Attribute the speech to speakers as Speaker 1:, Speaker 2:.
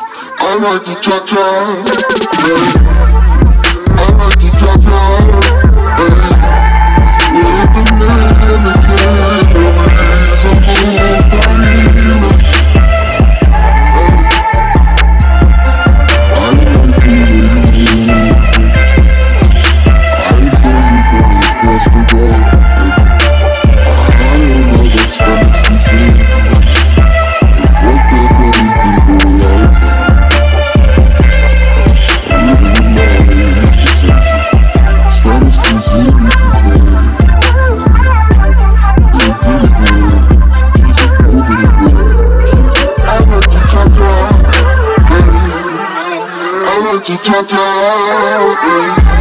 Speaker 1: like to cha cha. I like to cha cha. With the man and the kid, always a little feeling. I like the way you move. I feel you from across the world. I don't know that's from the scene. Fuck that from these people like I like to talk to her.